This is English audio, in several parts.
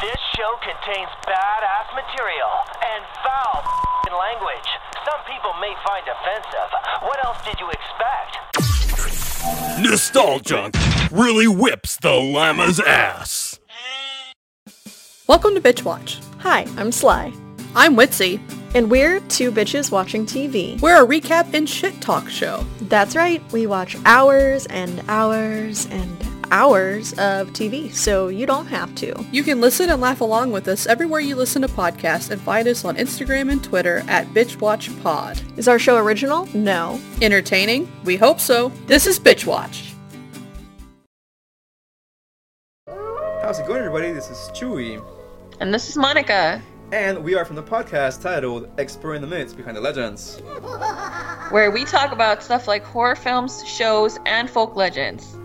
This show contains badass material and foul f***ing language. Some people may find offensive. What else did you expect? Nostalgia really whips the llama's ass. Welcome to Bitch Watch. Hi, I'm Sly. I'm Witsy. And we're two bitches watching TV. We're a recap and shit talk show. That's right, we watch hours and hours and hours of TV, so you don't have to. You can listen and laugh along with us everywhere you listen to podcasts and find us on Instagram and Twitter at BitchWatchPod. Is our show original? No. Entertaining? We hope so. This is Bitch Watch. How's it going, everybody? This is Chewy, And this is Monica, and we are from the podcast titled Exploring the Myths Behind the Legends. where we talk about stuff like horror films, shows, and folk legends.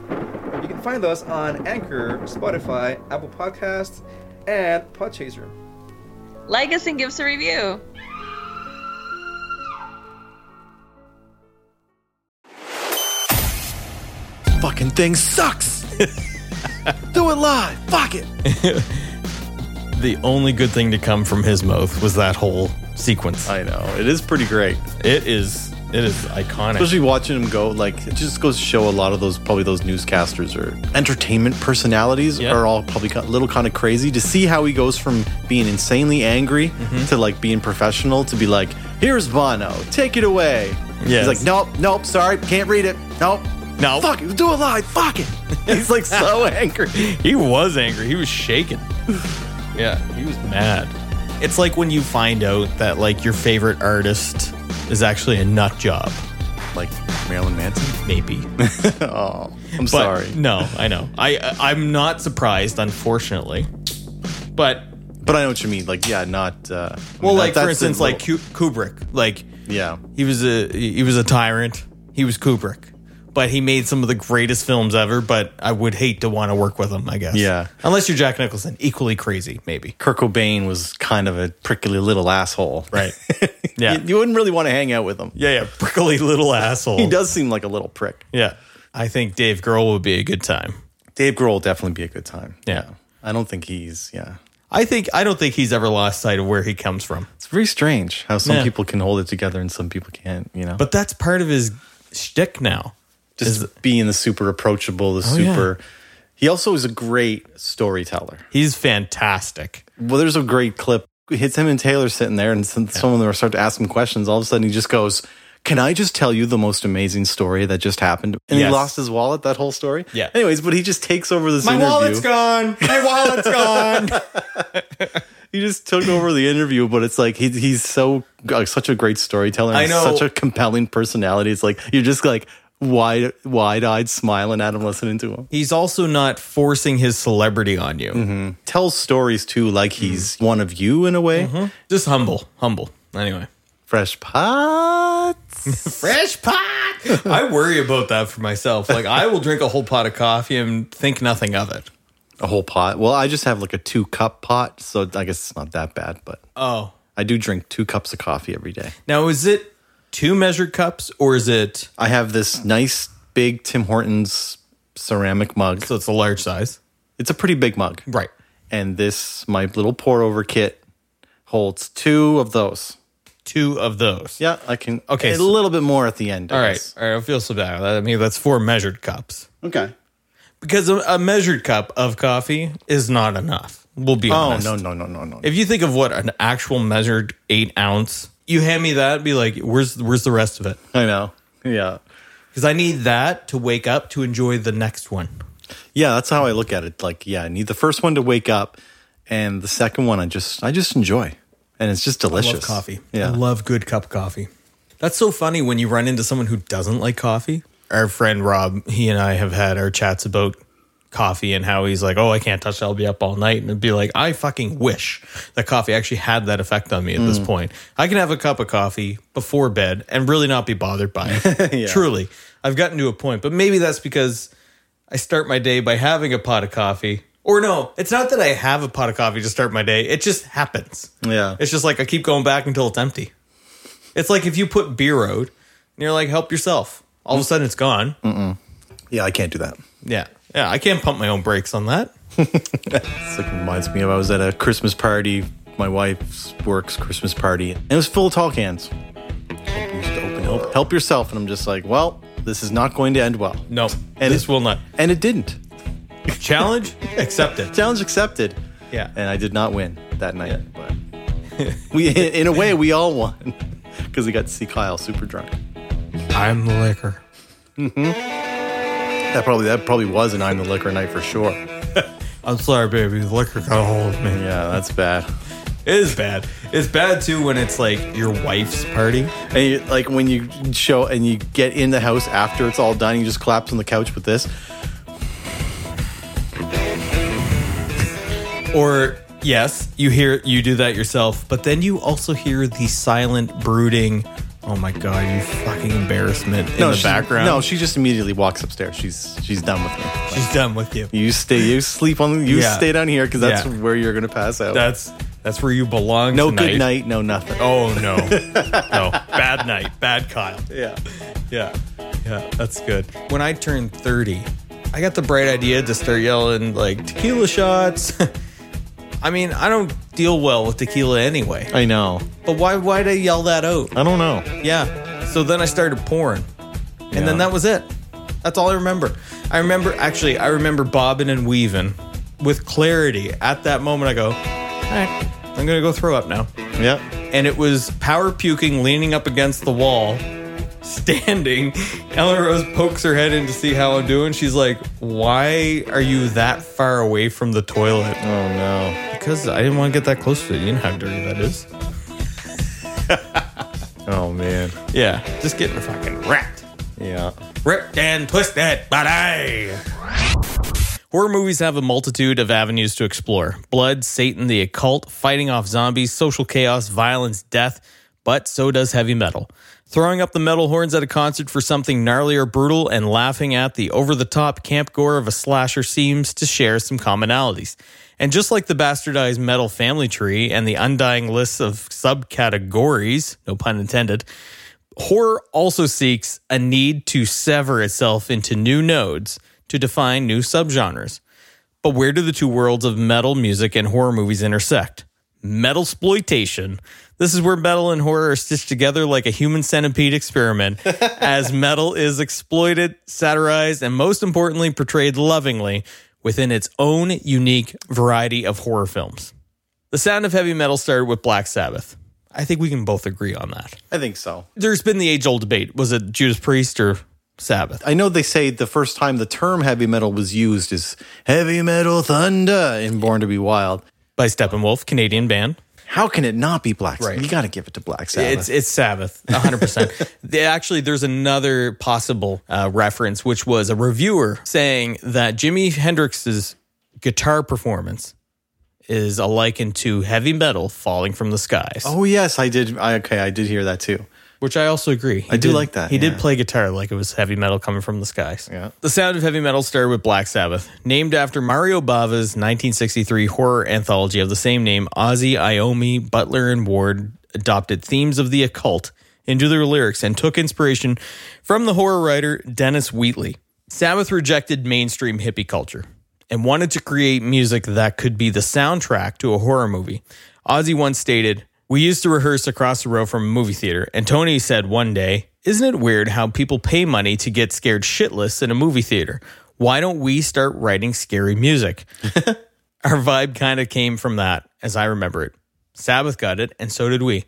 You can find us on Anchor, Spotify, Apple Podcasts, and Podchaser. Like us and give us a review. Fucking thing sucks. Do it live. Fuck it. the only good thing to come from his mouth was that whole sequence. I know. It is pretty great. It is it is iconic. Especially watching him go, like, it just goes to show a lot of those, probably those newscasters or entertainment personalities Yeah. are all probably a little kind of crazy to see how he goes from being insanely angry Mm-hmm. to like being professional to be like, here's Bono, take it away. Yes. He's like, nope, nope, sorry, can't read it. Nope. No. Fuck it, do it live. Fuck it. He's like so angry. he was angry. He was shaking. yeah, he was mad. It's like when you find out that like your favorite artist is actually a nut job, Like Marilyn Manson. maybe. oh, I'm But sorry. No, I know. I I- I'm not surprised, unfortunately. But But I know what you mean. Like, yeah, not. Uh, I mean, well, that- like for that's the instance, like little- Ku- Kubrick, like yeah. He was a he was a tyrant. He was Kubrick, but he made some of the greatest films ever. But I would hate to want to work with him. I guess. Yeah. Unless you're Jack Nicholson, equally crazy, maybe. Kurt Cobain was kind of a prickly little asshole. Right. Yeah. You, you wouldn't really want to hang out with him. Yeah, yeah. Prickly little asshole. He does seem like a little prick. Yeah. I think Dave Grohl would be a good time. Dave Grohl will definitely be a good time. Yeah. I don't think he's, yeah. I think I don't think he's ever lost sight of where he comes from. It's very strange how some Yeah. people can hold it together and some people can't, you know. But that's part of his shtick now. just being the super approachable, the Oh, yeah. super. He also is a great storyteller. He's fantastic. Well, there's a great clip. It hits him and Taylor sitting there, and some some of them start to ask him questions. All of a sudden, he just goes, "Can I just tell you the most amazing story that just happened?" And Yes. he lost his wallet. That whole story. Yeah. Anyways, but he just takes over this My interview. wallet's gone. My wallet's gone. he just took over the interview, but it's like he, he's so like, such a great storyteller. and I know. such a compelling personality. It's like you're just like wide wide eyed smiling at him, listening to him. he's also not forcing his celebrity on you. Tells stories too, like he's Mm-hmm. one of you in a way. Just humble, humble. Anyway, Fresh pots. fresh pot. I worry about that for myself. Like I will drink a whole pot of coffee and think nothing of it. A whole pot. Well, I just have like a two cup pot, so I guess it's not that bad, but Oh, I do drink two cups of coffee every day. now is it two measured cups or is it I have this nice big Tim Hortons ceramic mug. so it's a large size? It's a pretty big mug. Right. And this, my little pour over kit, holds two of those. Two of those. Yeah, I can. Okay, A so- little bit more at the end. I All right. guess. All right. I feel so bad. I mean, that's four measured cups Okay. because a, a measured cup of coffee is not enough. We'll be Oh, honest. no, no, no, no, no. If you think of what an actual measured eight ounce, you hand me that, be like, where's where's the rest of it? I know. Yeah. Because I need that to wake up to enjoy the next one. Yeah, that's how I look at it. Like, yeah, I need the first one to wake up, and the second one I just I just enjoy, and it's just delicious. love coffee. Yeah, I love good cup coffee. That's so funny when you run into someone who doesn't like coffee. Our friend Rob, he and I have had our chats about coffee and how he's like, "Oh, I can't touch that. I'll be up all night." And it'd be like, "I fucking wish that coffee actually had that effect on me at Mm. this point. I can have a cup of coffee before bed and really not be bothered by it. Truly. I've gotten to a point, but maybe that's because I start my day by having a pot of coffee. Or no, it's not that I have a pot of coffee to start my day. It just happens. Yeah. It's just like I keep going back until it's empty. It's like if you put beer out and you're like, help yourself. All of a sudden it's gone. yeah. I can't do that. Yeah. Yeah. I can't pump my own brakes on that. It's like reminds me of I was at a Christmas party, my wife's work's Christmas party, and it was full of tall cans. Open, just open, help, help yourself, and I'm just like, well, this is not going to end well. No, And this it- will not. And it didn't. Challenge accepted. Challenge accepted. Yeah. And I did not win that night. But we, in a way, we all won because we got to see Kyle super drunk. I'm the liquor. That probably that probably was an I'm the liquor night for sure. I'm sorry, baby. The liquor got a hold of me. Yeah, that's bad. It is bad. It's bad too when it's like your wife's party. And you, like when you show and you get in the house after it's all done, you just collapse on the couch with this. Or yes, you hear you do that yourself, but then you also hear the silent brooding. Oh my god, you fucking embarrassment in the she- background. No, she just immediately walks upstairs. She's she's done with me. she's done with you. You stay, you sleep on, you Yeah. stay down here because that's Yeah. where you're gonna pass out. That's that's where you belong. no tonight. good night, no nothing. Oh no, no bad night, bad Kyle. yeah. Yeah, yeah, that's good. When I turned 30, I got the bright idea to start yelling like tequila shots. I mean, I don't deal well with tequila anyway, I know. but why why'd I yell that out? I don't know. Yeah. So then I started pouring, and then that was it. That's all I remember. I remember actually, I remember bobbing and weaving with clarity. At that moment, I go, all right, I'm gonna go throw up now Yeah. and it was power puking leaning up against the wall standing ellen rose pokes her head in to see how i'm doing she's like why are you that far away from the toilet Oh no. because i didn't want to get that close to it you know how dirty that is Oh man. yeah just getting fucking wrecked Yeah. ripped and twisted body. Horror movies have a multitude of avenues to explore blood, Satan, the occult, fighting off zombies, social chaos, violence, death, but so does heavy metal. Throwing up the metal horns at a concert for something gnarly or brutal and laughing at the over the top camp gore of a slasher seems to share some commonalities. And just like the bastardized metal family tree and the undying lists of subcategories, no pun intended, Horror also seeks a need to sever itself into new nodes to define new subgenres. But where do the two worlds of metal music and horror movies intersect? Metal exploitation. This is where metal and horror are stitched together like a human centipede experiment, as metal is exploited, satirized, and most importantly, portrayed lovingly within its own unique variety of horror films. The sound of heavy metal started with Black Sabbath. I think we can both agree on that I think so. there's been the age old debate was it Judas Priest or Sabbath? I know they say the first time the term heavy metal was used is heavy metal thunder in Born to Be Wild. By Steppenwolf, Canadian band. How can it not be Black Sabbath? Right. You got to give it to Black Sabbath. It's it's Sabbath, 100%. They- Actually, there's another possible uh, reference, which was a reviewer saying that Jimi Hendrix's guitar performance is a likened to heavy metal falling from the skies. oh yes, I did. I, okay, I did hear that too. which I also agree. He I do did- like that, He yeah. did play guitar like it was heavy metal coming from the skies. Yeah. The sound of heavy metal started with Black Sabbath, named after Mario Bava's 1963 horror anthology of the same name. Ozzy, Iommi, Butler, and Ward adopted themes of the occult into their lyrics and took inspiration from the horror writer Dennis Wheatley. Sabbath rejected mainstream hippie culture and wanted to create music that could be the soundtrack to a horror movie. Ozzy once stated, We used to rehearse across the row from a movie theater, and Tony said one day, Isn't it weird how people pay money to get scared shitless in a movie theater? Why don't we start writing scary music? Our vibe kind of came from that, as I remember it. Sabbath got it, and so did we.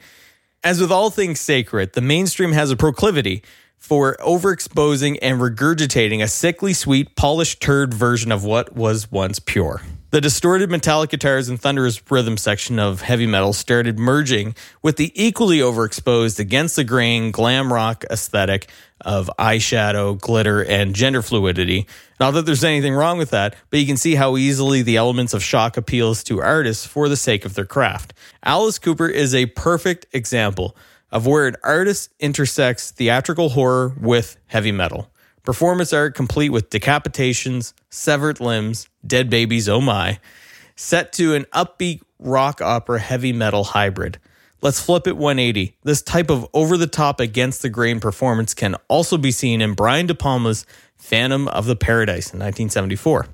As with all things sacred, the mainstream has a proclivity for overexposing and regurgitating a sickly sweet, polished turd version of what was once pure. The distorted metallic guitars and thunderous rhythm section of heavy metal started merging with the equally overexposed, against the grain glam rock aesthetic of eyeshadow, glitter, and gender fluidity. Not that there's anything wrong with that, but you can see how easily the elements of shock appeals to artists for the sake of their craft. Alice Cooper is a perfect example of where an artist intersects theatrical horror with heavy metal. Performance art complete with decapitations, severed limbs, dead babies, oh my, set to an upbeat rock opera heavy metal hybrid. Let's flip it 180. This type of over the top against the grain performance can also be seen in Brian De Palma's Phantom of the Paradise in 1974.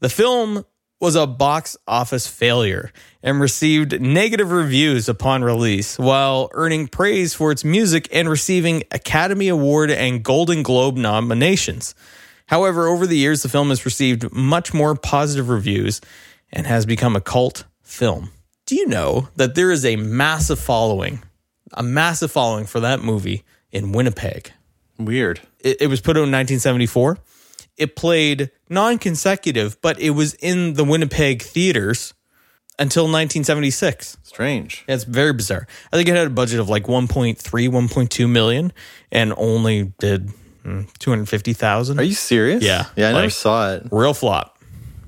The film was a box office failure and received negative reviews upon release while earning praise for its music and receiving Academy Award and Golden Globe nominations. However, over the years, the film has received much more positive reviews and has become a cult film. Do you know that there is a massive following, a massive following for that movie in Winnipeg? Weird. it, it was put out in 1974. It played non consecutive, but it was in the Winnipeg theaters until 1976. Strange. That's very bizarre. I think it had a budget of like 1.3, 1.2 million and only did mm, 250,000. Are you serious? Yeah. Yeah, I never Like- saw it. Real flop.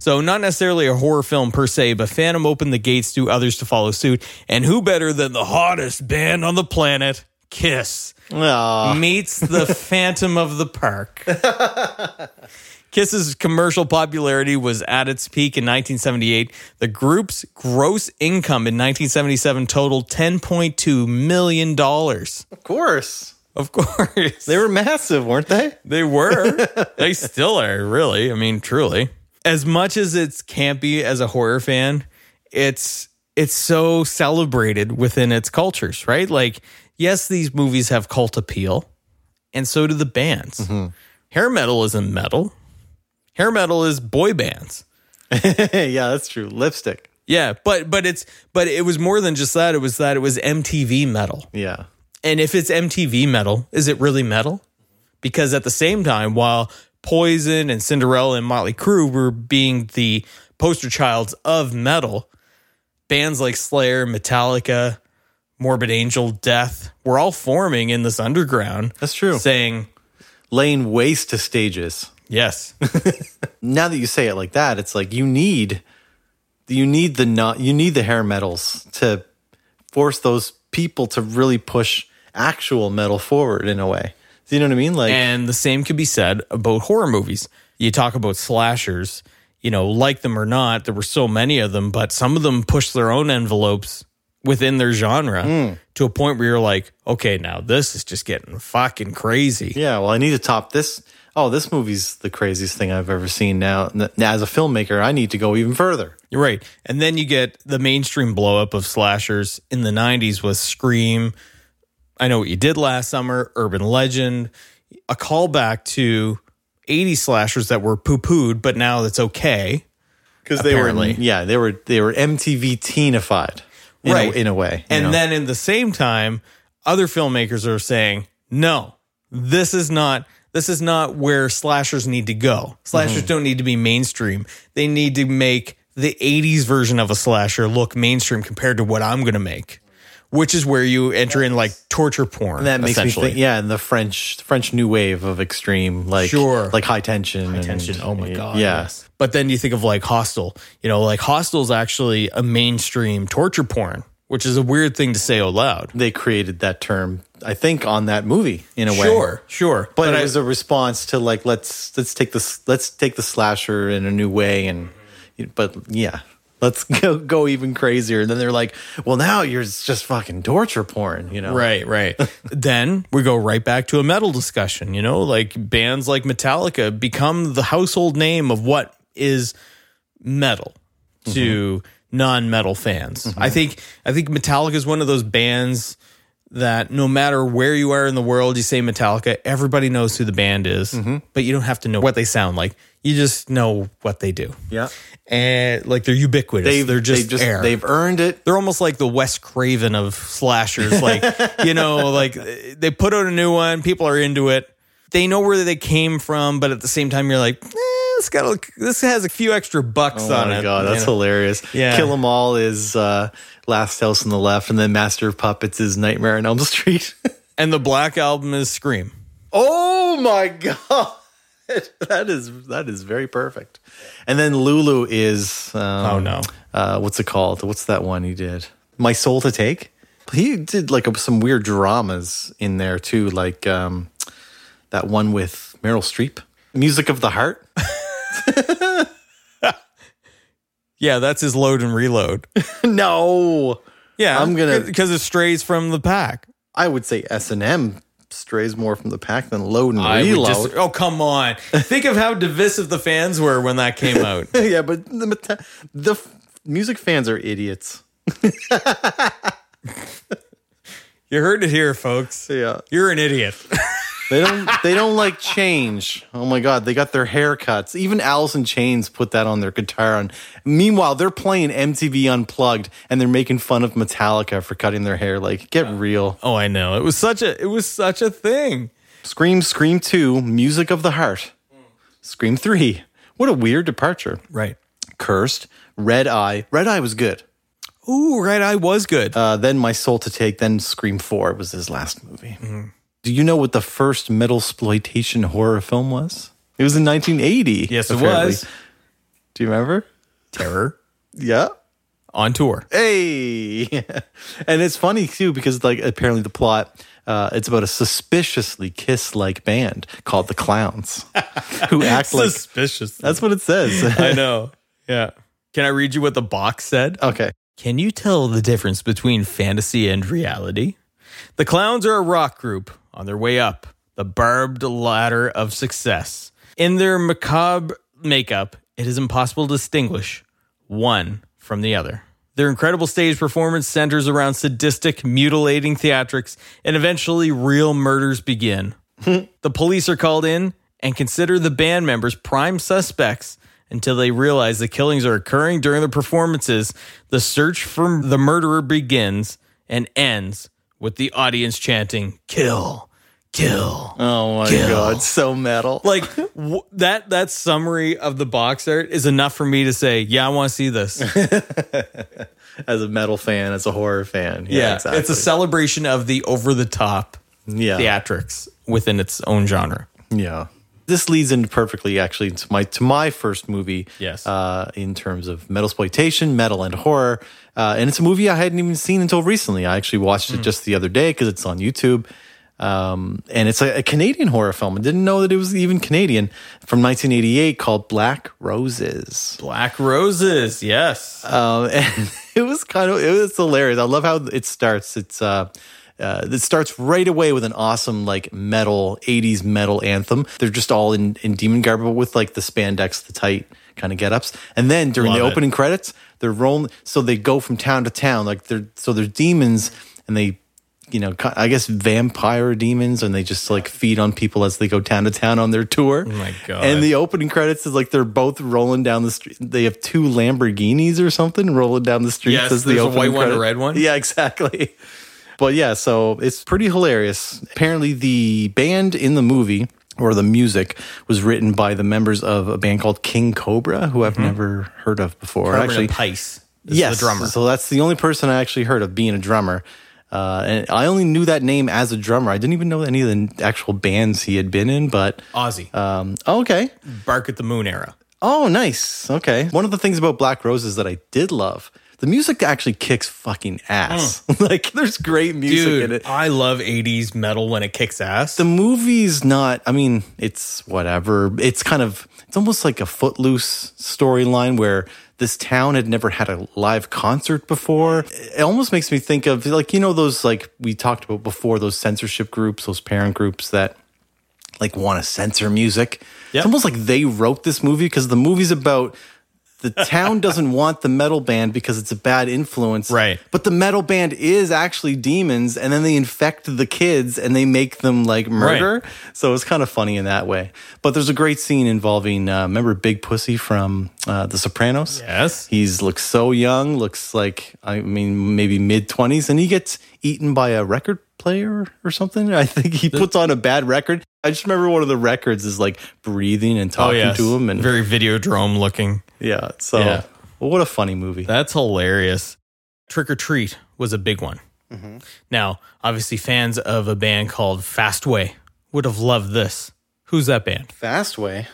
So, not necessarily a horror film per se, but Phantom opened the gates to others to follow suit. And who better than the hottest band on the planet, Kiss? Ah. Aw. meets the Phantom of the Park. Kiss's commercial popularity was at its peak in 1978. The group's gross income in 1977 totaled 10.2 million dollars. Of course. Of course, They were massive, weren't they? they were. they still are, really. I mean, truly. As much as it's campy as a horror fan, it's it's so celebrated within its cultures, right? Like, yes, these movies have cult appeal, and so do the bands. Hair metal isn't metal. Hair metal is boy bands. yeah, that's true. Lipstick. Yeah, but but it's but it was more than just that. It was that it was MTV metal. Yeah. And if it's MTV metal, is it really metal? Because at the same time, while Poison and Cinderella and Motley Crue were being the poster childs of metal, bands like Slayer, Metallica, Morbid Angel, Death were all forming in this underground. That's true. Saying, Laying waste to stages. yes, Now that you say it like that, it's like you need you need the not you need the hair metals to force those people to really push actual metal forward in a way. Do you know what I mean? Like And the same could be said about horror movies. You talk about slashers, you know, like them or not, there were so many of them, but some of them push their own envelopes within their genre Hmm. to a point where you're like, okay, now this is just getting fucking crazy. Yeah, well, I need to top this. Oh, this movie's the craziest thing I've ever seen. Now, n- now as a filmmaker, I need to go even further. You're right. And then you get the mainstream blow up of slashers in the 90s with Scream, I Know What You Did Last Summer, Urban Legend, a callback to 80 slashers that were poo pooed, but now that's okay. Because they were, Apparently. yeah, they were they were MTV teenified, in Right. A, in a way. you And know? then in the same time, other filmmakers are saying, no, this is not this is not where slashers need to go. Slashers Mm-hmm. don't need to be mainstream. They need to make the 80s version of a slasher look mainstream compared to what I'm going to make, which is where you enter in like torture porn. that makes me essentially. think. Yeah, and the French French new wave of extreme, like Sure. like high tension, high attention. Oh my god. yeah. But then you think of like Hostel. You know, like Hostel's actually a mainstream torture porn, which is a weird thing to say out loud. They created that term, I think, on that movie in a way. Sure, sure. but, it was a response to like let's let's take this let's take the slasher in a new way and but yeah let's go go even crazier and then they're like well now you're it's just fucking torture porn you know Right, right. then we go right back to a metal discussion, you know, like bands like Metallica become the household name of what is metal to Mm-hmm. non-metal fans. I think I think Metallica is one of those bands that no matter where you are in the world, you say Metallica, everybody knows who the band is, Mm-hmm. but you don't have to know what they sound like. You just know what they do. yeah And like they're ubiquitous. they, They, are just, they just air they've earned it they're almost like the Wes Craven of slashers. Like, you know, like they put out a new one, people are into it. They know where they came from, but at the same time, you're like, eh, this got a, this has a few extra bucks Oh on my it. god, you that's know? hilarious! Yeah. Kill 'Em All is uh, Last House on the Left, and then Master of Puppets is Nightmare on Elm Street. And the Black Album is Scream. Oh my god, that is that is very perfect. And then Lulu is um, Oh, no. uh, what's it called? What's that one he did? My Soul to Take. He did like a, some weird dramas in there too, like um, that one with Meryl Streep, Music of the Heart. Yeah, that's his load and reload. no, Yeah, I'm gonna- because it strays from the pack. I would say S and M strays more from the pack than Load and I would Reload. just, oh, come on. Think of how divisive the fans were when that came out. yeah, but the meta- the f- music fans are idiots. you heard it here, folks. Yeah, You're an idiot. they don't they don't like change. Oh my god, they got their haircuts. Even Alice in Chains put that on their guitar. And meanwhile, they're playing MTV Unplugged and they're making fun of Metallica for cutting their hair. Like, get real. oh, I know. It was such a it was such a thing. Scream, Scream Two, Music of the Heart. Scream Three. What a weird departure. Right. Cursed, Red Eye. Red Eye was good. Ooh, right eye was good. Uh, then My Soul to Take, then Scream 4 was his last movie. Do you know what the first metal exploitation horror film was? It was in 1980. yes, it apparently. was. Do you remember? Terror Yeah. on tour. Hey. and it's funny too because like apparently the plot uh, it's about a suspiciously kiss-like band called the Clowns who act like Suspicious. That's what it says. I know. Yeah. Uh, Can I read you what the box said? okay. Can you tell the difference between fantasy and reality? The Clowns are a rock group on their way up the barbed ladder of success. In their macabre makeup, it is impossible to distinguish one from the other. Their incredible stage performance centers around sadistic, mutilating theatrics, and eventually real murders begin. The police are called in and consider the band members prime suspects until they realize the killings are occurring during the performances. The search for the murderer begins and ends with the audience chanting, Kill, kill. Oh my god, so metal. Like w- that, that summary of the box art is enough for me to say, Yeah, I want to see this. as a metal fan, as a horror fan. Yeah, Yeah, exactly. it's a celebration of the over the top yeah. theatrics within its own genre. Yeah. This leads into perfectly actually to my to my first movie. Yes. Uh, in terms of metal exploitation, metal and horror. Uh, and it's a movie I hadn't even seen until recently. I actually watched it just the other day because it's on YouTube. Um, and it's a, a Canadian horror film. I didn't know that it was even Canadian from 1988 called Black Roses. Black Roses, yes. Um, and it was kind of it was hilarious. I love how it starts. It's uh, uh, it starts right away with an awesome like metal '80s metal anthem. They're just all in in demon garb, but with like the spandex, the tight kind of get-ups. And then during the Love it. opening credits, they're rolling. So they go from town to town. Like they're so they're demons, and they you know, ki- I guess vampire demons, and they just like feed on people as they go town to town on their tour. Oh my God. And the opening credits is like they're both rolling down the street. They have two Lamborghinis or something rolling down the street. Yes, as the there's a opening white one and a credit- red one. Yeah, exactly. But yeah, so it's pretty hilarious. Apparently, the band in the movie or the music was written by the members of a band called King Cobra, who I've Mm-hmm. never heard of before. Actually, Actually, Pice is yes, the drummer. So that's the only person I actually heard of being a drummer. Uh, and I only knew that name as a drummer. I didn't even know any of the actual bands he had been in, but Ozzy. um, okay. Bark at the Moon era. Oh, nice. Okay. One of the things about Black Roses that I did love, the music actually kicks fucking ass. like, there's great music in it. I love 80s metal when it kicks ass. The movie's not, I mean, it's whatever. It's kind of, it's almost like a footloose storyline where this town had never had a live concert before. It almost makes me think of, like, you know, those, like, we talked about before, those censorship groups, those parent groups that like want to censor music. Yep. It's almost like they wrote this movie because the movie's about the town doesn't want the metal band because it's a bad influence. Right. But the metal band is actually demons and then they infect the kids and they make them like murder. So it's kind of funny in that way. But there's a great scene involving, uh, remember Big Pussy from uh, The Sopranos? Yes. He's looks so young, looks like I mean maybe mid twenties, and he gets eaten by a record player or something. I think he puts on a bad record. I just remember one of the records is like breathing and talking to him, and Oh, very Videodrome looking. yeah. So, Yeah. Well, what a funny movie! That's hilarious. Trick or Treat was a big one. Mm-hmm. Now, obviously, fans of a band called Fastway would have loved this. Who's that band? Fastway. I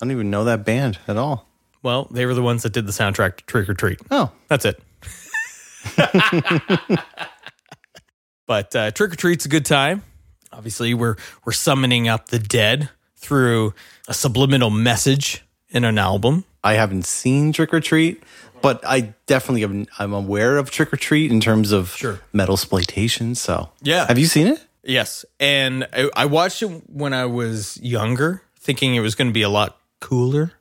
don't even know that band at all. Well, they were the ones that did the soundtrack to Trick or Treat. Oh, That's it. but uh, trick or treat's a good time. Obviously, we're we're summoning up the dead through a subliminal message in an album. I haven't seen Trick or Treat, but I definitely am, I'm aware of Trick or Treat in terms of Sure. metal exploitation. So Yeah. have you seen it? Yes, and I, I watched it when I was younger, thinking it was going to be a lot cooler.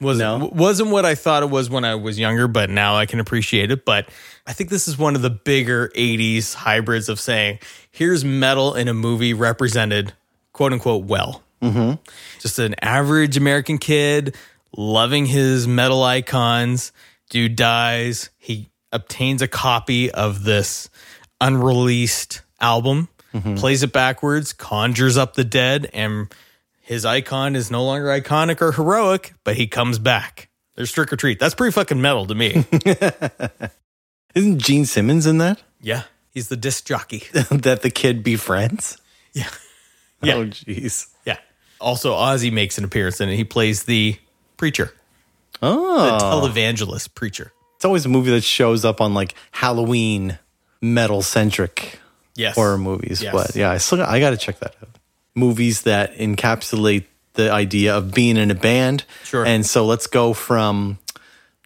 wasn't w- wasn't what I thought it was when I was younger, but now I can appreciate it. But I think this is one of the bigger '80s hybrids of saying, "Here's metal in a movie represented, quote unquote, well." just an average American kid loving his metal icons. Dude dies. He obtains a copy of this unreleased album, Mm-hmm. plays it backwards, conjures up the dead, and his icon is no longer iconic or heroic, but he comes back. There's trick or treat. That's pretty fucking metal to me. Isn't Gene Simmons in that? yeah. He's the disc jockey. that the kid befriends? Yeah. Yeah. Oh, jeez. Yeah. Also, Ozzy makes an appearance in it. He plays the preacher, the Oh. televangelist preacher. It's always a movie that shows up on like Halloween metal centric Yes. horror movies. Yes. But yeah, I still I got to check that out. Movies that encapsulate the idea of being in a band. Sure. And so let's go from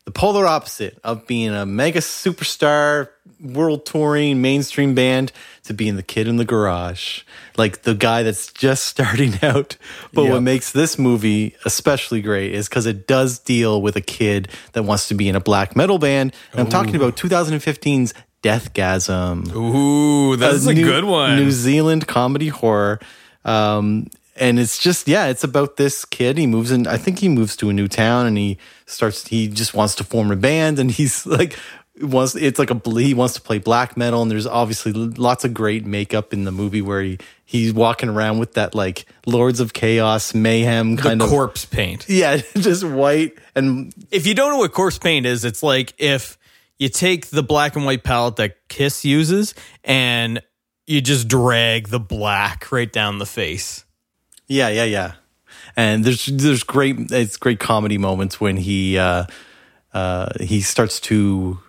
the polar opposite of being a mega superstar, world touring, mainstream band to being the kid in the garage, like the guy that's just starting out. But what Yep. makes this movie especially great is because it does deal with a kid that wants to be in a black metal band. And I'm talking about 2015's Deathgasm Ooh, that's a New- good one. New Zealand comedy horror. Um, and it's just yeah, it's about this kid. He moves in. I think he moves to a new town, and he starts. He just wants to form a band, and he's like wants. It's like a bl- he wants to play black metal, and there's obviously lots of great makeup in the movie where he he's walking around with that like Lords of Chaos mayhem the kind of corpse paint. yeah, just white and If you don't know what corpse paint is, it's like if you take the black and white palette that Kiss uses and you just drag the black right down the face. Yeah, yeah, yeah. And there's there's great it's great comedy moments when he uh uh he starts to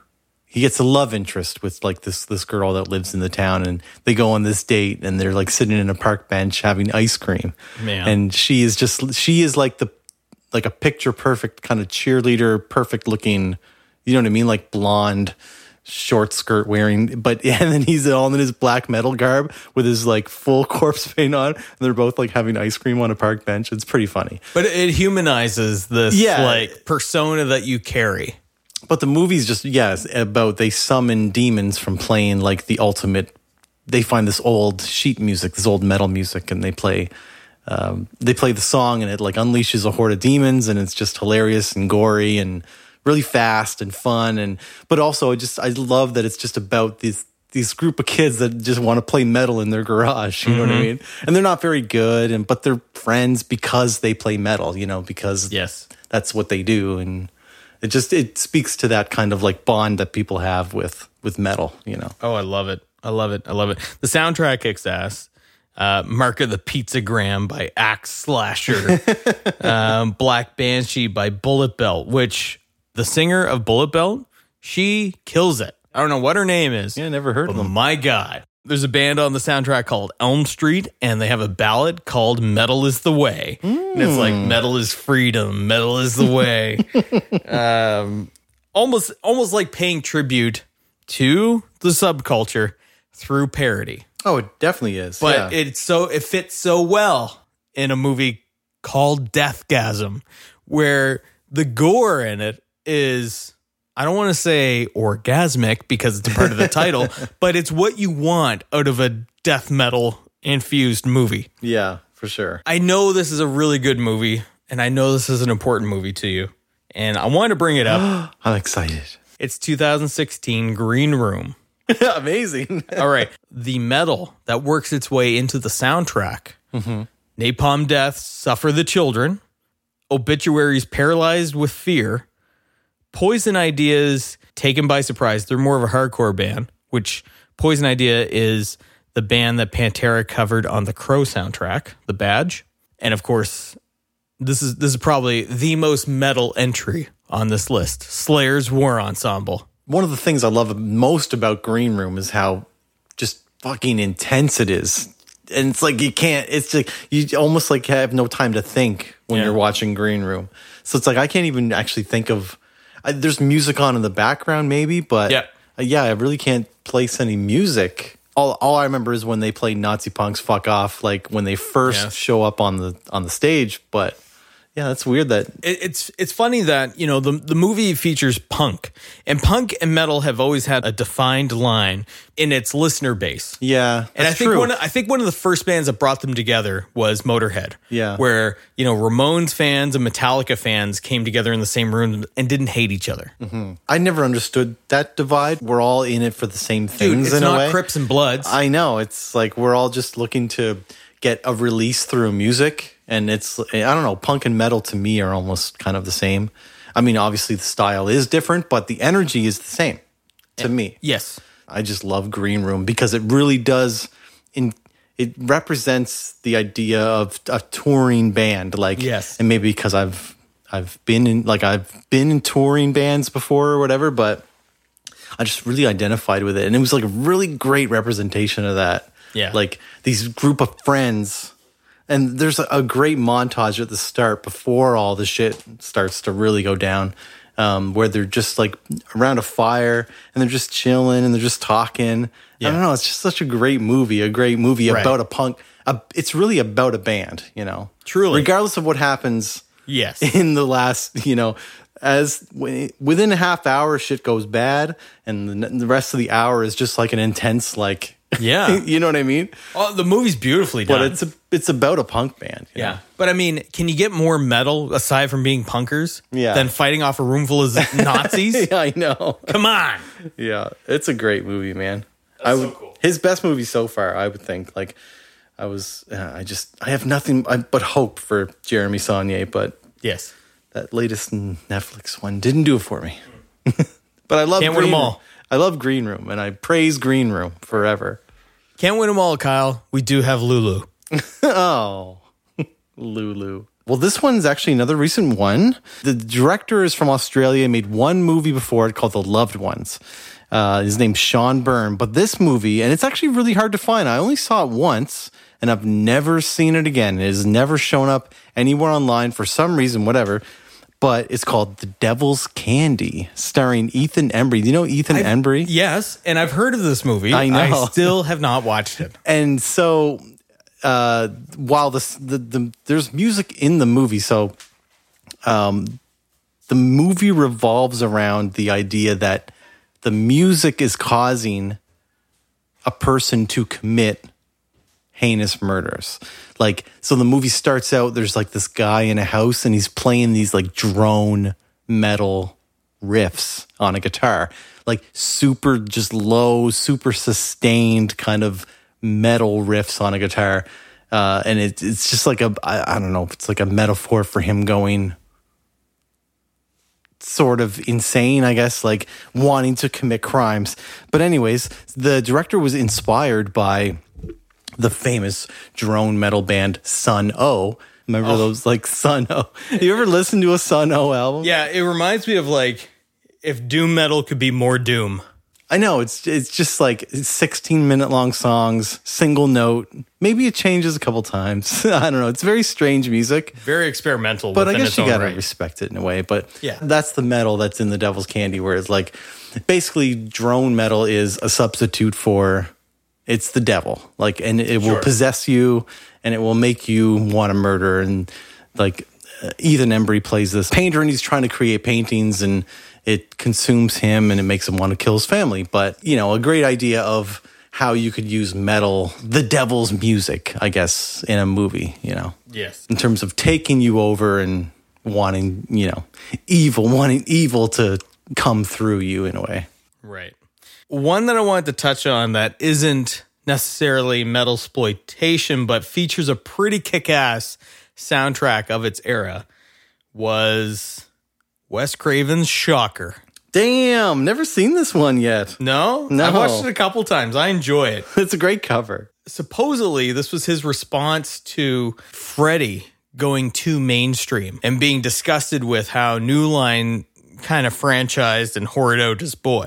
he gets a love interest with like this this girl that lives in the town and they go on this date and they're like sitting in a park bench having ice cream. Man. And she is just she is like the like a picture perfect kind of cheerleader, perfect looking, you know what I mean? Like blonde, short skirt wearing. But and then he's all in his black metal garb with his like full corpse paint on. And they're both like having ice cream on a park bench. It's pretty funny. But it humanizes this Yeah. like persona that you carry. But the movie's just, yes, about they summon demons from playing like the ultimate. They find this old sheet music, this old metal music, and they play. Um, they play the song and it like unleashes a horde of demons and it's just hilarious and gory and really fast and fun and but also I just I love that it's just about these these group of kids that just want to play metal in their garage you know what I mean and they're not very good and but they're friends because they play metal you know because Yes. that's what they do and it just it speaks to that kind of like bond that people have with with metal you know Oh, I love it. I love it. I love it. The soundtrack kicks ass. Uh, Mark of the Pizzagram by Axe Slasher. um, Black Banshee by Bullet Belt, which the singer of Bullet Belt, she kills it. I don't know what her name is. yeah I never heard Oh of them my God. There's a band on the soundtrack called Elm Street, and they have a ballad called Metal is the Way. And it's like, Metal is freedom, metal is the way. um, almost, almost like paying tribute to the subculture through parody. oh it definitely is But yeah. it's so it fits so well in a movie called Deathgasm, where the gore in it is I don't want to say orgasmic because it's a part of the title, but it's what you want out of a death metal infused movie. yeah for sure I know this is a really good movie, and I know this is an important movie to you. And I wanted to bring it up. I'm excited It's 2016 Green Room. amazing All right. The metal that works its way into the soundtrack Napalm Death, Suffer the Children, Obituaries Paralyzed with Fear, Poison Ideas Taken by Surprise. They're more of a hardcore band, which Poison Idea is the band that Pantera covered on the Crow soundtrack, The Badge. And of course, this is this is probably the most metal entry on this list. Slayer's War Ensemble. one of the things I love most about Green Room is how just fucking intense it is. And it's like you can't, it's like you almost like have no time to think when Yeah. you're watching Green Room. So it's like I can't even actually think of, I, there's music on in the background maybe, but Yeah. uh, yeah, I really can't place any music all all I remember is when they play Nazi punks fuck off, like when they first Yeah. show up on the on the stage. But yeah, that's weird that it, it's it's funny that you know the the movie features punk, and punk and metal have always had a defined line in its listener base. yeah. And I that's think true. one I think one of the first bands that brought them together was Motorhead. Yeah. Where, you know, Ramones fans and Metallica fans came together in the same room and didn't hate each other. I never understood that divide. We're all in it for the same Dude, things it's in a way. not Crips and Bloods. I know. It's like we're all just looking to get a release through music. And it's, I don't know, punk and metal to me are almost kind of the same. I mean, obviously the style is different, but the energy is the same to me. yes. I just love Green Room because it really does in it represents the idea of a touring band like Yes. and maybe because I've I've been in like I've been in touring bands before or whatever but I just really identified with it and it was like a really great representation of that Yeah. like these group of friends and there's a, a great montage at the start before all the shit starts to really go down um, where they're just like around a fire and they're just chilling and they're just talking i don't know it's just such a great movie a great movie Right. about a punk a, it's really about a band you know Truly. regardless of what happens Yes. in the last, you know, as w- within a half hour, shit goes bad, and the, the rest of the hour is just like an intense, like, Yeah. you know what I mean? oh, the movie's beautifully done. But it's a, it's about a punk band. you yeah. But I mean, can you get more metal aside from being punkers Yeah. than fighting off a room full of Nazis? know? I know. Come on. Yeah, it's a great movie, man. I would, His best movie so far, I would think. Like, I was, uh, I just, I have nothing uh, but hope for Jeremy Saunier, but Yes. that latest Netflix one didn't do it for me. but I love Can't win 'em Green Room. all. I love Green Room, and I praise Green Room forever. Can't win them all, Kyle. We do have Lulu. Lulu. Well, this one's actually another recent one. The director is from Australia, made one movie before it called The Loved Ones. Uh, his name's Sean Byrne. But this movie, and it's actually really hard to find. I only saw it once and I've never seen it again. It has never shown up anywhere online for some reason, whatever. But it's called The Devil's Candy, starring Ethan Embry. Do you know Ethan Embry? Yes, and I've heard of this movie. I know. I still have not watched it. and so uh while this the, the there's music in the movie so um the movie revolves around the idea that the music is causing a person to commit heinous murders. Like, so the movie starts out, there's like this guy in a house and he's playing these like drone metal riffs on a guitar, like super just low, super sustained kind of metal riffs on a guitar. Uh, and it, it's just like a, I, I don't know, it's like a metaphor for him going sort of insane, I guess, like wanting to commit crimes. But, anyways, the director was inspired by the famous drone metal band Sun O. Remember those like Sun O? You ever listen to a Sun O album? Yeah, it reminds me of like if doom metal could be more doom. I know it's it's just like 16 minute long songs, single note. Maybe it changes a couple times. I don't know. It's very strange music. Very experimental, but I within guess its you own gotta right. respect it in a way. But Yeah. that's the metal that's in the Devil's Candy, where it's like basically drone metal is a substitute for it's the devil, like, and it will possess you, and it will make you want to murder. And like uh, Ethan Embry plays this painter, and he's trying to create paintings, and it consumes him, and it makes him want to kill his family. But you know, a great idea of how you could use metal, the devil's music, I guess, in a movie. You know Yes. in terms of taking you over and wanting, you know, evil, wanting evil to come through you in a way. Right. One that I wanted to touch on that isn't necessarily metal exploitation, but features a pretty kick ass soundtrack of its era was Wes Craven's Shocker. Damn, never seen this one yet. No? No. I watched it a couple times. I enjoy it. It's a great cover. supposedly this was his response to Freddie going too mainstream and being disgusted with how New Line kind of franchised and hoarded out his boy.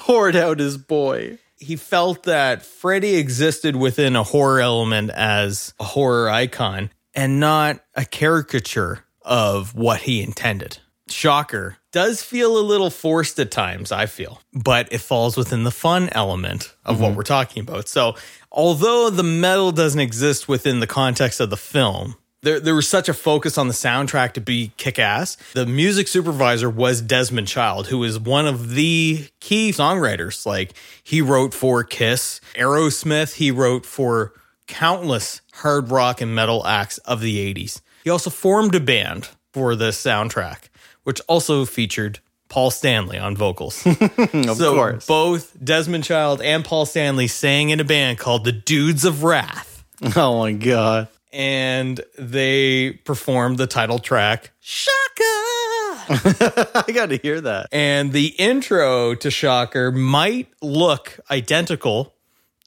Hoard out his boy. he felt that Freddie existed within a horror element as a horror icon and not a caricature of what he intended. Shocker does feel a little forced at times, I feel, but it falls within the fun element of what we're talking about. So, although the metal doesn't exist within the context of the film, there, there was such a focus on the soundtrack to be kick ass. The music supervisor was Desmond Child, who is one of the key songwriters. Like, he wrote for Kiss, Aerosmith, he wrote for countless hard rock and metal acts of the 80s. He also formed a band for the soundtrack, which also featured Paul Stanley on vocals. so course. both Desmond Child and Paul Stanley sang in a band called the Dudes of Wrath, Oh my god. and they performed the title track Shaka. I got to hear that. And the intro to Shocker might look identical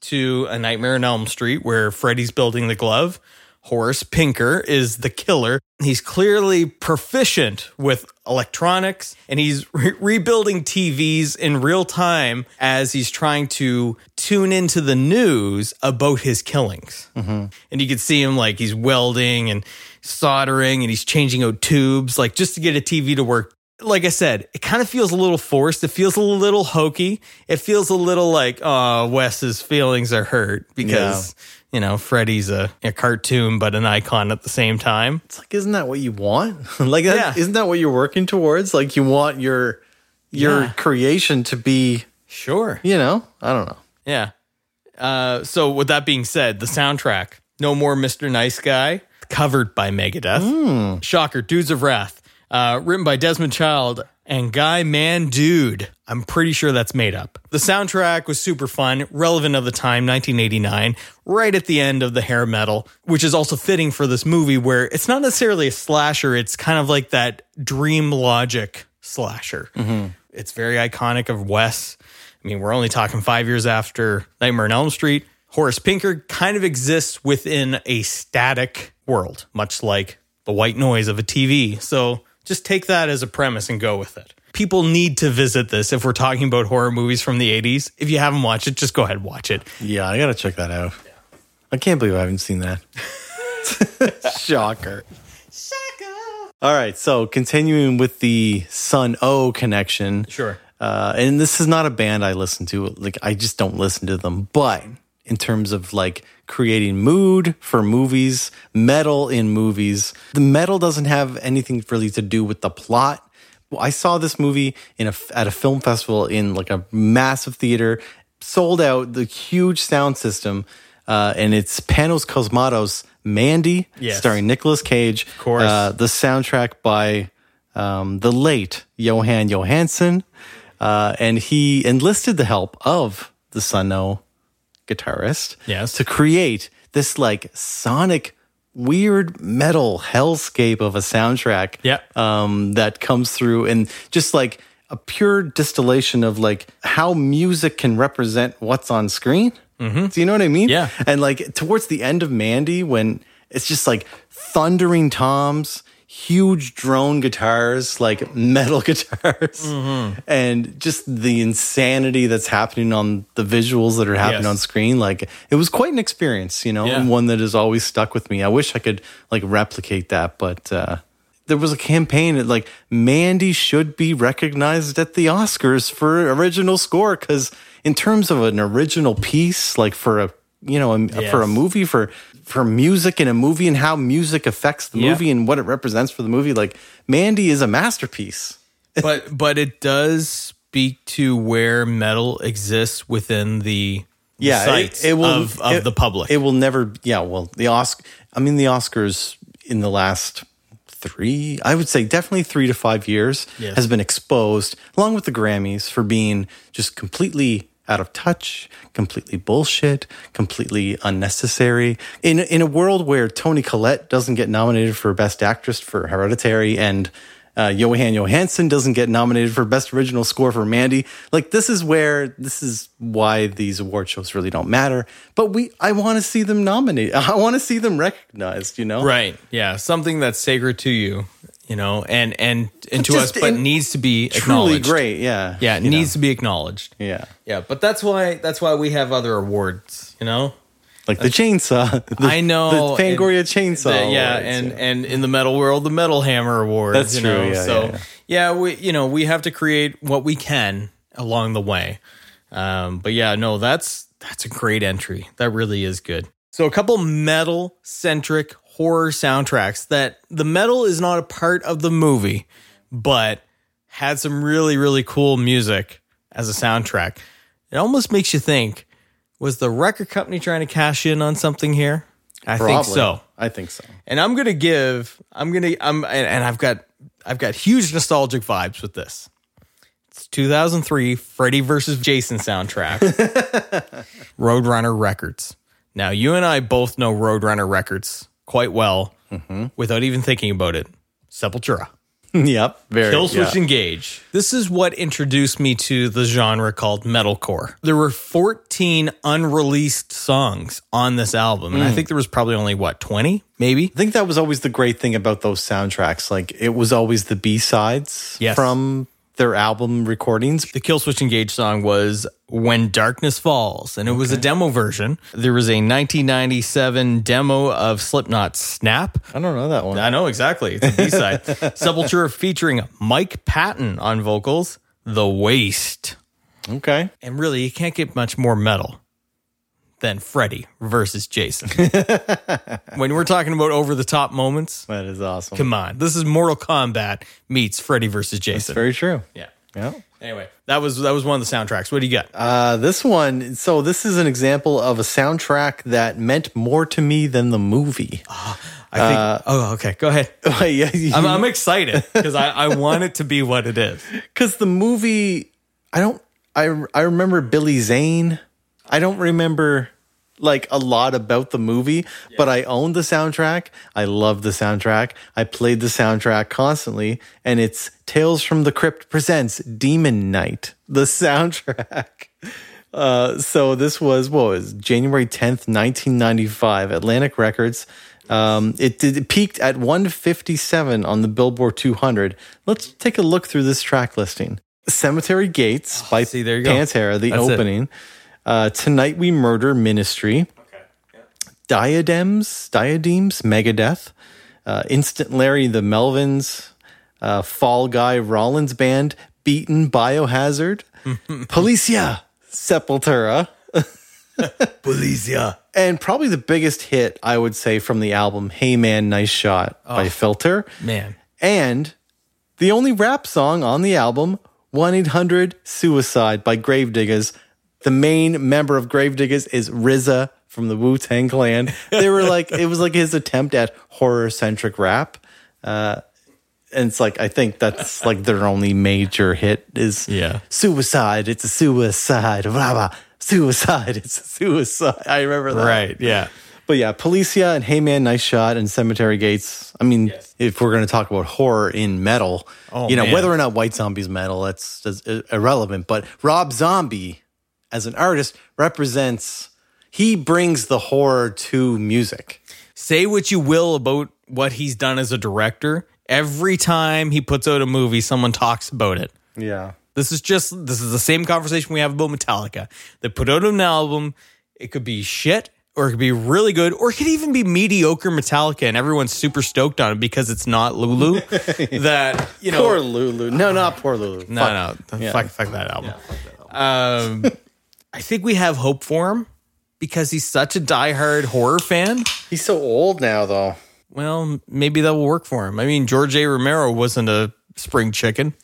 to A Nightmare on Elm Street, where Freddy's building the glove. Horace Pinker is the killer. He's clearly proficient with electronics and he's re- rebuilding TVs in real time as he's trying to tune into the news about his killings and you could see him like he's welding and soldering and he's changing out tubes like just to get a TV to work. Like I said, it kind of feels a little forced. It feels a little hokey. It feels a little like, oh, Wes's feelings are hurt because, you know, Freddy's a, a cartoon, but an icon at the same time. It's like isn't that what you want? like that, Yeah. isn't that what you're working towards? Like you want your your Yeah. creation to be, Sure. you know, I don't know. Yeah. Uh, so, with that being said, the soundtrack No More Mr. Nice Guy, covered by Megadeth. Shocker, Dudes of Wrath, uh, written by Desmond Child and Guy Man Dude. I'm pretty sure that's made up. The soundtrack was super fun, relevant of the time, 1989, right at the end of the hair metal, which is also fitting for this movie where it's not necessarily a slasher, it's kind of like that dream logic slasher. It's very iconic of Wes. I mean, we're only talking five years after Nightmare on Elm Street. Horace Pinker kind of exists within a static world, much like the white noise of a TV. So just take that as a premise and go with it. People need to visit this if we're talking about horror movies from the 80s. If you haven't watched it, just go ahead and watch it. Yeah, I got to check that out. I can't believe I haven't seen that. Shocker. Shocker. All right, so continuing with the Sun O connection. Sure. Uh, and this is not a band I listen to. Like I just don't listen to them. But in terms of like creating mood for movies, metal in movies, the metal doesn't have anything really to do with the plot. Well, I saw this movie in a at a film festival in like a massive theater, sold out, the huge sound system, uh, and it's Panos Cosmatos, Mandy, Yes. starring Nicolas Cage. Of course. uh, the soundtrack by um, the late Johan Johansson, uh, and he enlisted the help of the Sunno guitarist, Yes. to create this like sonic weird metal hellscape of a soundtrack Yeah. Uh, um, that comes through and just like a pure distillation of like how music can represent what's on screen. Do you know what I mean? Mm-hmm. Yeah. And like towards the end of Mandy, when it's just like thundering toms, huge drone guitars, like metal guitars, Mm-hmm. and just the insanity that's happening on the visuals that are happening Yes. on screen. Like it was quite an experience, you know, Yeah. and one that has always stuck with me. I wish I could like replicate that, but uh, there was a campaign that like Mandy should be recognized at the Oscars for original score because in terms of an original piece, like for a you know a, for a Yes. movie for for music in a movie and how music affects the Yeah. movie and what it represents for the movie, like Mandy is a masterpiece. but but it does speak to where metal exists within the yeah, sights of, of it- the public. It will never. Yeah, well, the Osc. I mean, the Oscars in the last three, I would say definitely three to five years Yes. has been exposed, along with the Grammys, for being just completely out of touch, completely bullshit, completely unnecessary. In in a world where Toni Collette doesn't get nominated for Best Actress for Hereditary and uh, Johan Johansson doesn't get nominated for Best Original Score for Mandy. Like this is where this is why these award shows really don't matter. But we, I want to see them nominated. I want to see them recognized. You know, right. Yeah. Something that's sacred to you, you know, and and, and to us, Just but in- needs to be Truly acknowledged. great. Yeah. Yeah, it you needs to be acknowledged. know. Yeah. Yeah, but that's why that's why we have other awards, you know? like the chainsaw. The, I know, the and Fangoria chainsaw. The- yeah, awards, and and in the metal world, the Metal Hammer Award. That's you true, Know? yeah, so yeah, yeah. we you know we have to create what we can along the way. Um, but yeah, no, that's that's a great entry. That really is good. So a couple metal centric horror soundtracks that the metal is not a part of the movie, but had some really really cool music as a soundtrack. It almost makes you think: was the record company trying to cash in on something here? I think Probably. so I think so. and I'm gonna give I'm gonna I'm and, and I've got I've got huge nostalgic vibes with this. It's 2003 Freddy versus Jason soundtrack, Roadrunner Records. Now you and I both know Roadrunner Records quite well without even thinking about it. Sepultura. yep. Very. Kill Switch yeah. Engage. This is what introduced me to the genre called metalcore. There were 14 unreleased songs on this album, Hmm. and I think there was probably only what 20, maybe. I think that was always the great thing about those soundtracks. Like it was always the B sides Yes. from their album recordings. The Kill Switch Engage song was When Darkness Falls, and it was a demo version. There was a 1997 demo of Slipknot Snap. I don't know that one. I know exactly. It's a B side. Sepultura featuring Mike Patton on vocals, The Waste. Okay. And really, you can't get much more metal than Freddy versus Jason. when we're talking about over the top moments, That is awesome. come on. This is Mortal Kombat meets Freddy versus Jason. Very true. yeah. Yeah. Anyway, that was that was one of the soundtracks. What do you got? Uh, this one. So this is an example of a soundtrack that meant more to me than the movie. I think. uh, oh, okay. Go ahead. Yeah, you- I'm, I'm excited because I, I want it to be what it is. because the movie i don't i i remember billy zane i don't remember like a lot about the movie but i owned the soundtrack i loved the soundtrack i played the soundtrack constantly and it's tales from the crypt presents demon night the soundtrack uh, so this was what was it, January 10th, 1995, Atlantic Records. Um, it did it peaked at 157 on the Billboard 200. Let's take a look through this track listing. Cemetery Gates by Ah, see, there you go. Pantera, the That's it. opening. Uh, Tonight We Murder Ministry. Diadems, Diademes, Megadeth, uh, Instant Larry, the Melvins, uh, Fall Guy, Rollins Band, Beaten, Biohazard, Policia, Sepultura, Polizia. and probably the biggest hit, I would say, from the album, Hey Man, Nice Shot by Filter. Man. And the only rap song on the album, 1 800 Suicide by Gravediggers. The main member of Gravediggers is RZA from the Wu Tang Clan. They were like, it was like his attempt at horror centric rap. Uh, and it's like, I think that's like their only major hit is Yeah. suicide. It's a suicide. Blah, blah. Suicide. It's a suicide. I remember that. Right. Yeah. But yeah, Policia and Hey Man, Nice Shot and Cemetery Gates. I mean, if we're going to talk about horror in metal, Oh, you know, man. whether or not White Zombie's metal, that's, that's i- irrelevant. But Rob Zombie, as an artist, represents, he brings the horror to music. Say what you will about what he's done as a director. Every time he puts out a movie, someone talks about it. Yeah. This is just this is the same conversation we have about Metallica. They put out an album. It could be shit, or it could be really good, or it could even be mediocre Metallica, and everyone's super stoked on it because it's not Lulu. that you know, Poor Lulu. No, not poor Lulu. no, no, Yeah. fuck, fuck that album. Um, I think we have hope for him because he's such a diehard horror fan. He's so old now, though. Well, maybe that will work for him. I mean, George A. Romero wasn't a spring chicken.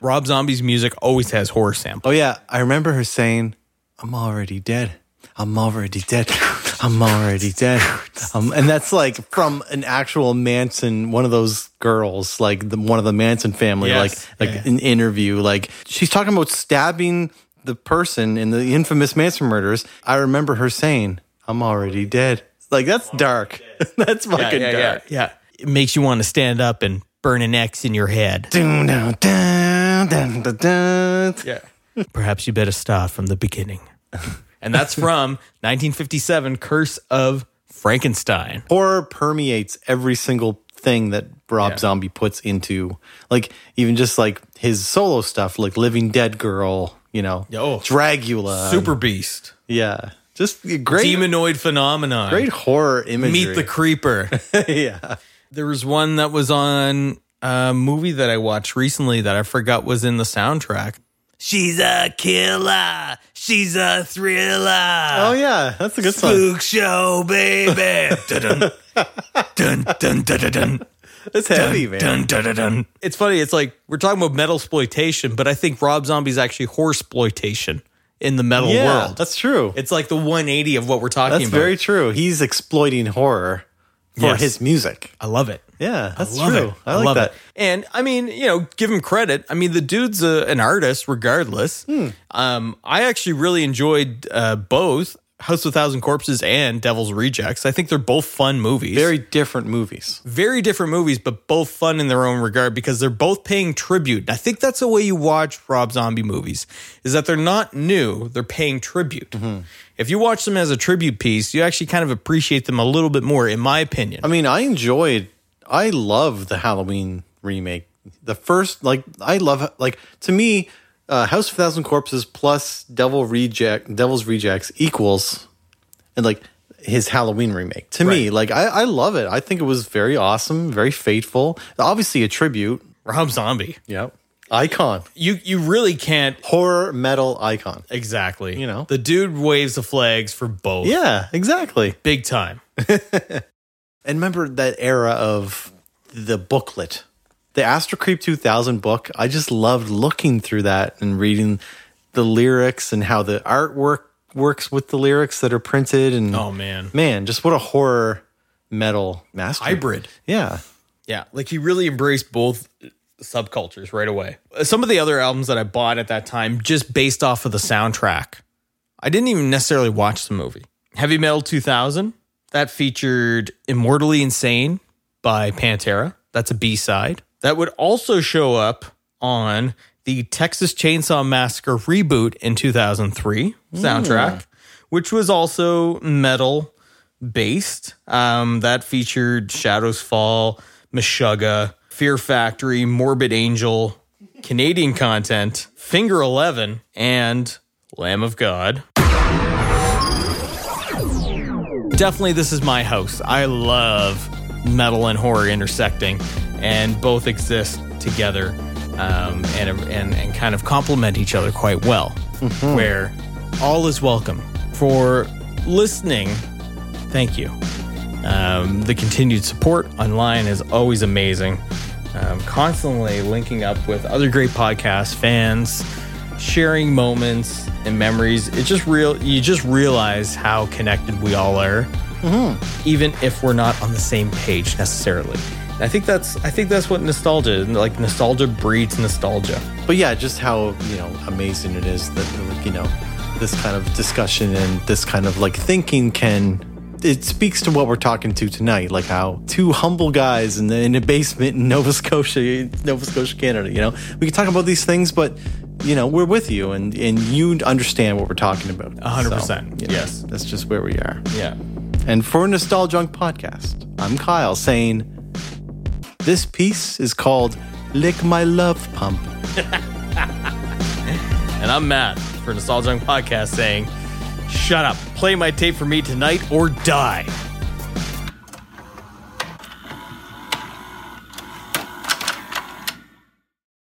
Rob Zombie's music always has horror samples. Oh, yeah. I remember her saying, I'm already dead. I'm already dead. I'm already dead. Um, and that's like from an actual Manson, one of those girls, like the, one of the Manson family, Yes. like like an interview. Like she's talking about stabbing the person in the infamous Manson murders. I remember her saying, I'm already dead. Like that's dark. that's fucking yeah, dark. Yeah. It makes you want to stand up and burn an X in your head. Dun, dun, dun, dun, dun, dun. Perhaps you better start from the beginning. and that's from 1957 Curse of Frankenstein. horror permeates every single thing that Rob Zombie puts into like even just like his solo stuff, like Living Dead Girl, you know, Oh. Dragula. Super Beast. Yeah. Just great, Demonoid phenomenon. great horror imagery. Meet the creeper. yeah, There was one that was on a movie that I watched recently that I forgot was in the soundtrack. She's a killer. She's a thriller. oh yeah, that's a good song. Spook show, baby. Dun-dun. Dun, dun, dun, dun, dun. It's heavy, man. Dun, dun, dun, dun. It's funny. It's like we're talking about metal exploitation, but I think Rob Zombie's actually horse exploitation in the metal yeah, world. that's true. It's like the 180 of what we're talking That's about. very true. He's exploiting horror for Yes. his music. I love it. Yeah, that's I love true. it. I like love that. It. And I mean, you know, give him credit. I mean, the dude's a, an artist, regardless. Um, I actually really enjoyed uh, both House of a Thousand Corpses and Devil's Rejects. I think they're both fun movies. Very different movies. very different movies, but both fun in their own regard because they're both paying tribute. I think that's the way you watch Rob Zombie movies is that they're not new; they're paying tribute. If you watch them as a tribute piece, you actually kind of appreciate them a little bit more, in my opinion. I mean, I enjoyed, I love the Halloween remake. The first, like, I love, like, to me, uh, House of a Thousand Corpses plus Devil Reject, Devil's Rejects equals, and like his Halloween remake. To me, like, I, I love it. I think it was very awesome, very faithful. Obviously, a tribute. Rob Zombie. Yep. Icon, you you really can't horror metal icon. exactly You know. the dude waves the flags for both Yeah, exactly. big time And remember that era of the booklet, the Astro Creep 2000 book. I just loved looking through that and reading the lyrics and how the artwork works with the lyrics that are printed. And Oh, man. man, just what a horror metal master Hybrid. Yeah, yeah like he really embraced both subcultures right away some of the other albums that i bought at that time just based off of the soundtrack i didn't even necessarily watch the movie heavy metal 2000 that featured immortally insane by pantera that's a b-side that would also show up on the texas chainsaw massacre reboot in 2003 soundtrack which was also metal based um, that featured Shadows Fall, Meshuggah, Fear Factory, Morbid Angel, Canadian content, Finger 11, and Lamb of God. Definitely, this is my house. I love metal and horror intersecting, and both exist together um, and, and, and kind of complement each other quite well, where all is welcome. For listening thank you. Um, the continued support online is always amazing. Um, constantly linking up with other great podcast fans, sharing moments and memories. It just real you just realize how connected we all are, even if we're not on the same page necessarily. And I think that's I think that's what nostalgia is. like. Nostalgia breeds nostalgia. but yeah, just how you know amazing it is that like, you know this kind of discussion and this kind of like thinking can. It speaks to what we're talking to tonight, like how two humble guys in the in a basement in Nova Scotia, Nova Scotia, Canada. You know, we can talk about these things, but you know, we're with you, and and you understand what we're talking about. A 100%, yes. that's just where we are. Yeah. And for Nostal Junk Podcast, I'm Kyle saying this piece is called "Lick My Love Pump." And I'm Matt for Nostalgia Junk Podcast saying, Shut up, play my tape for me tonight or die.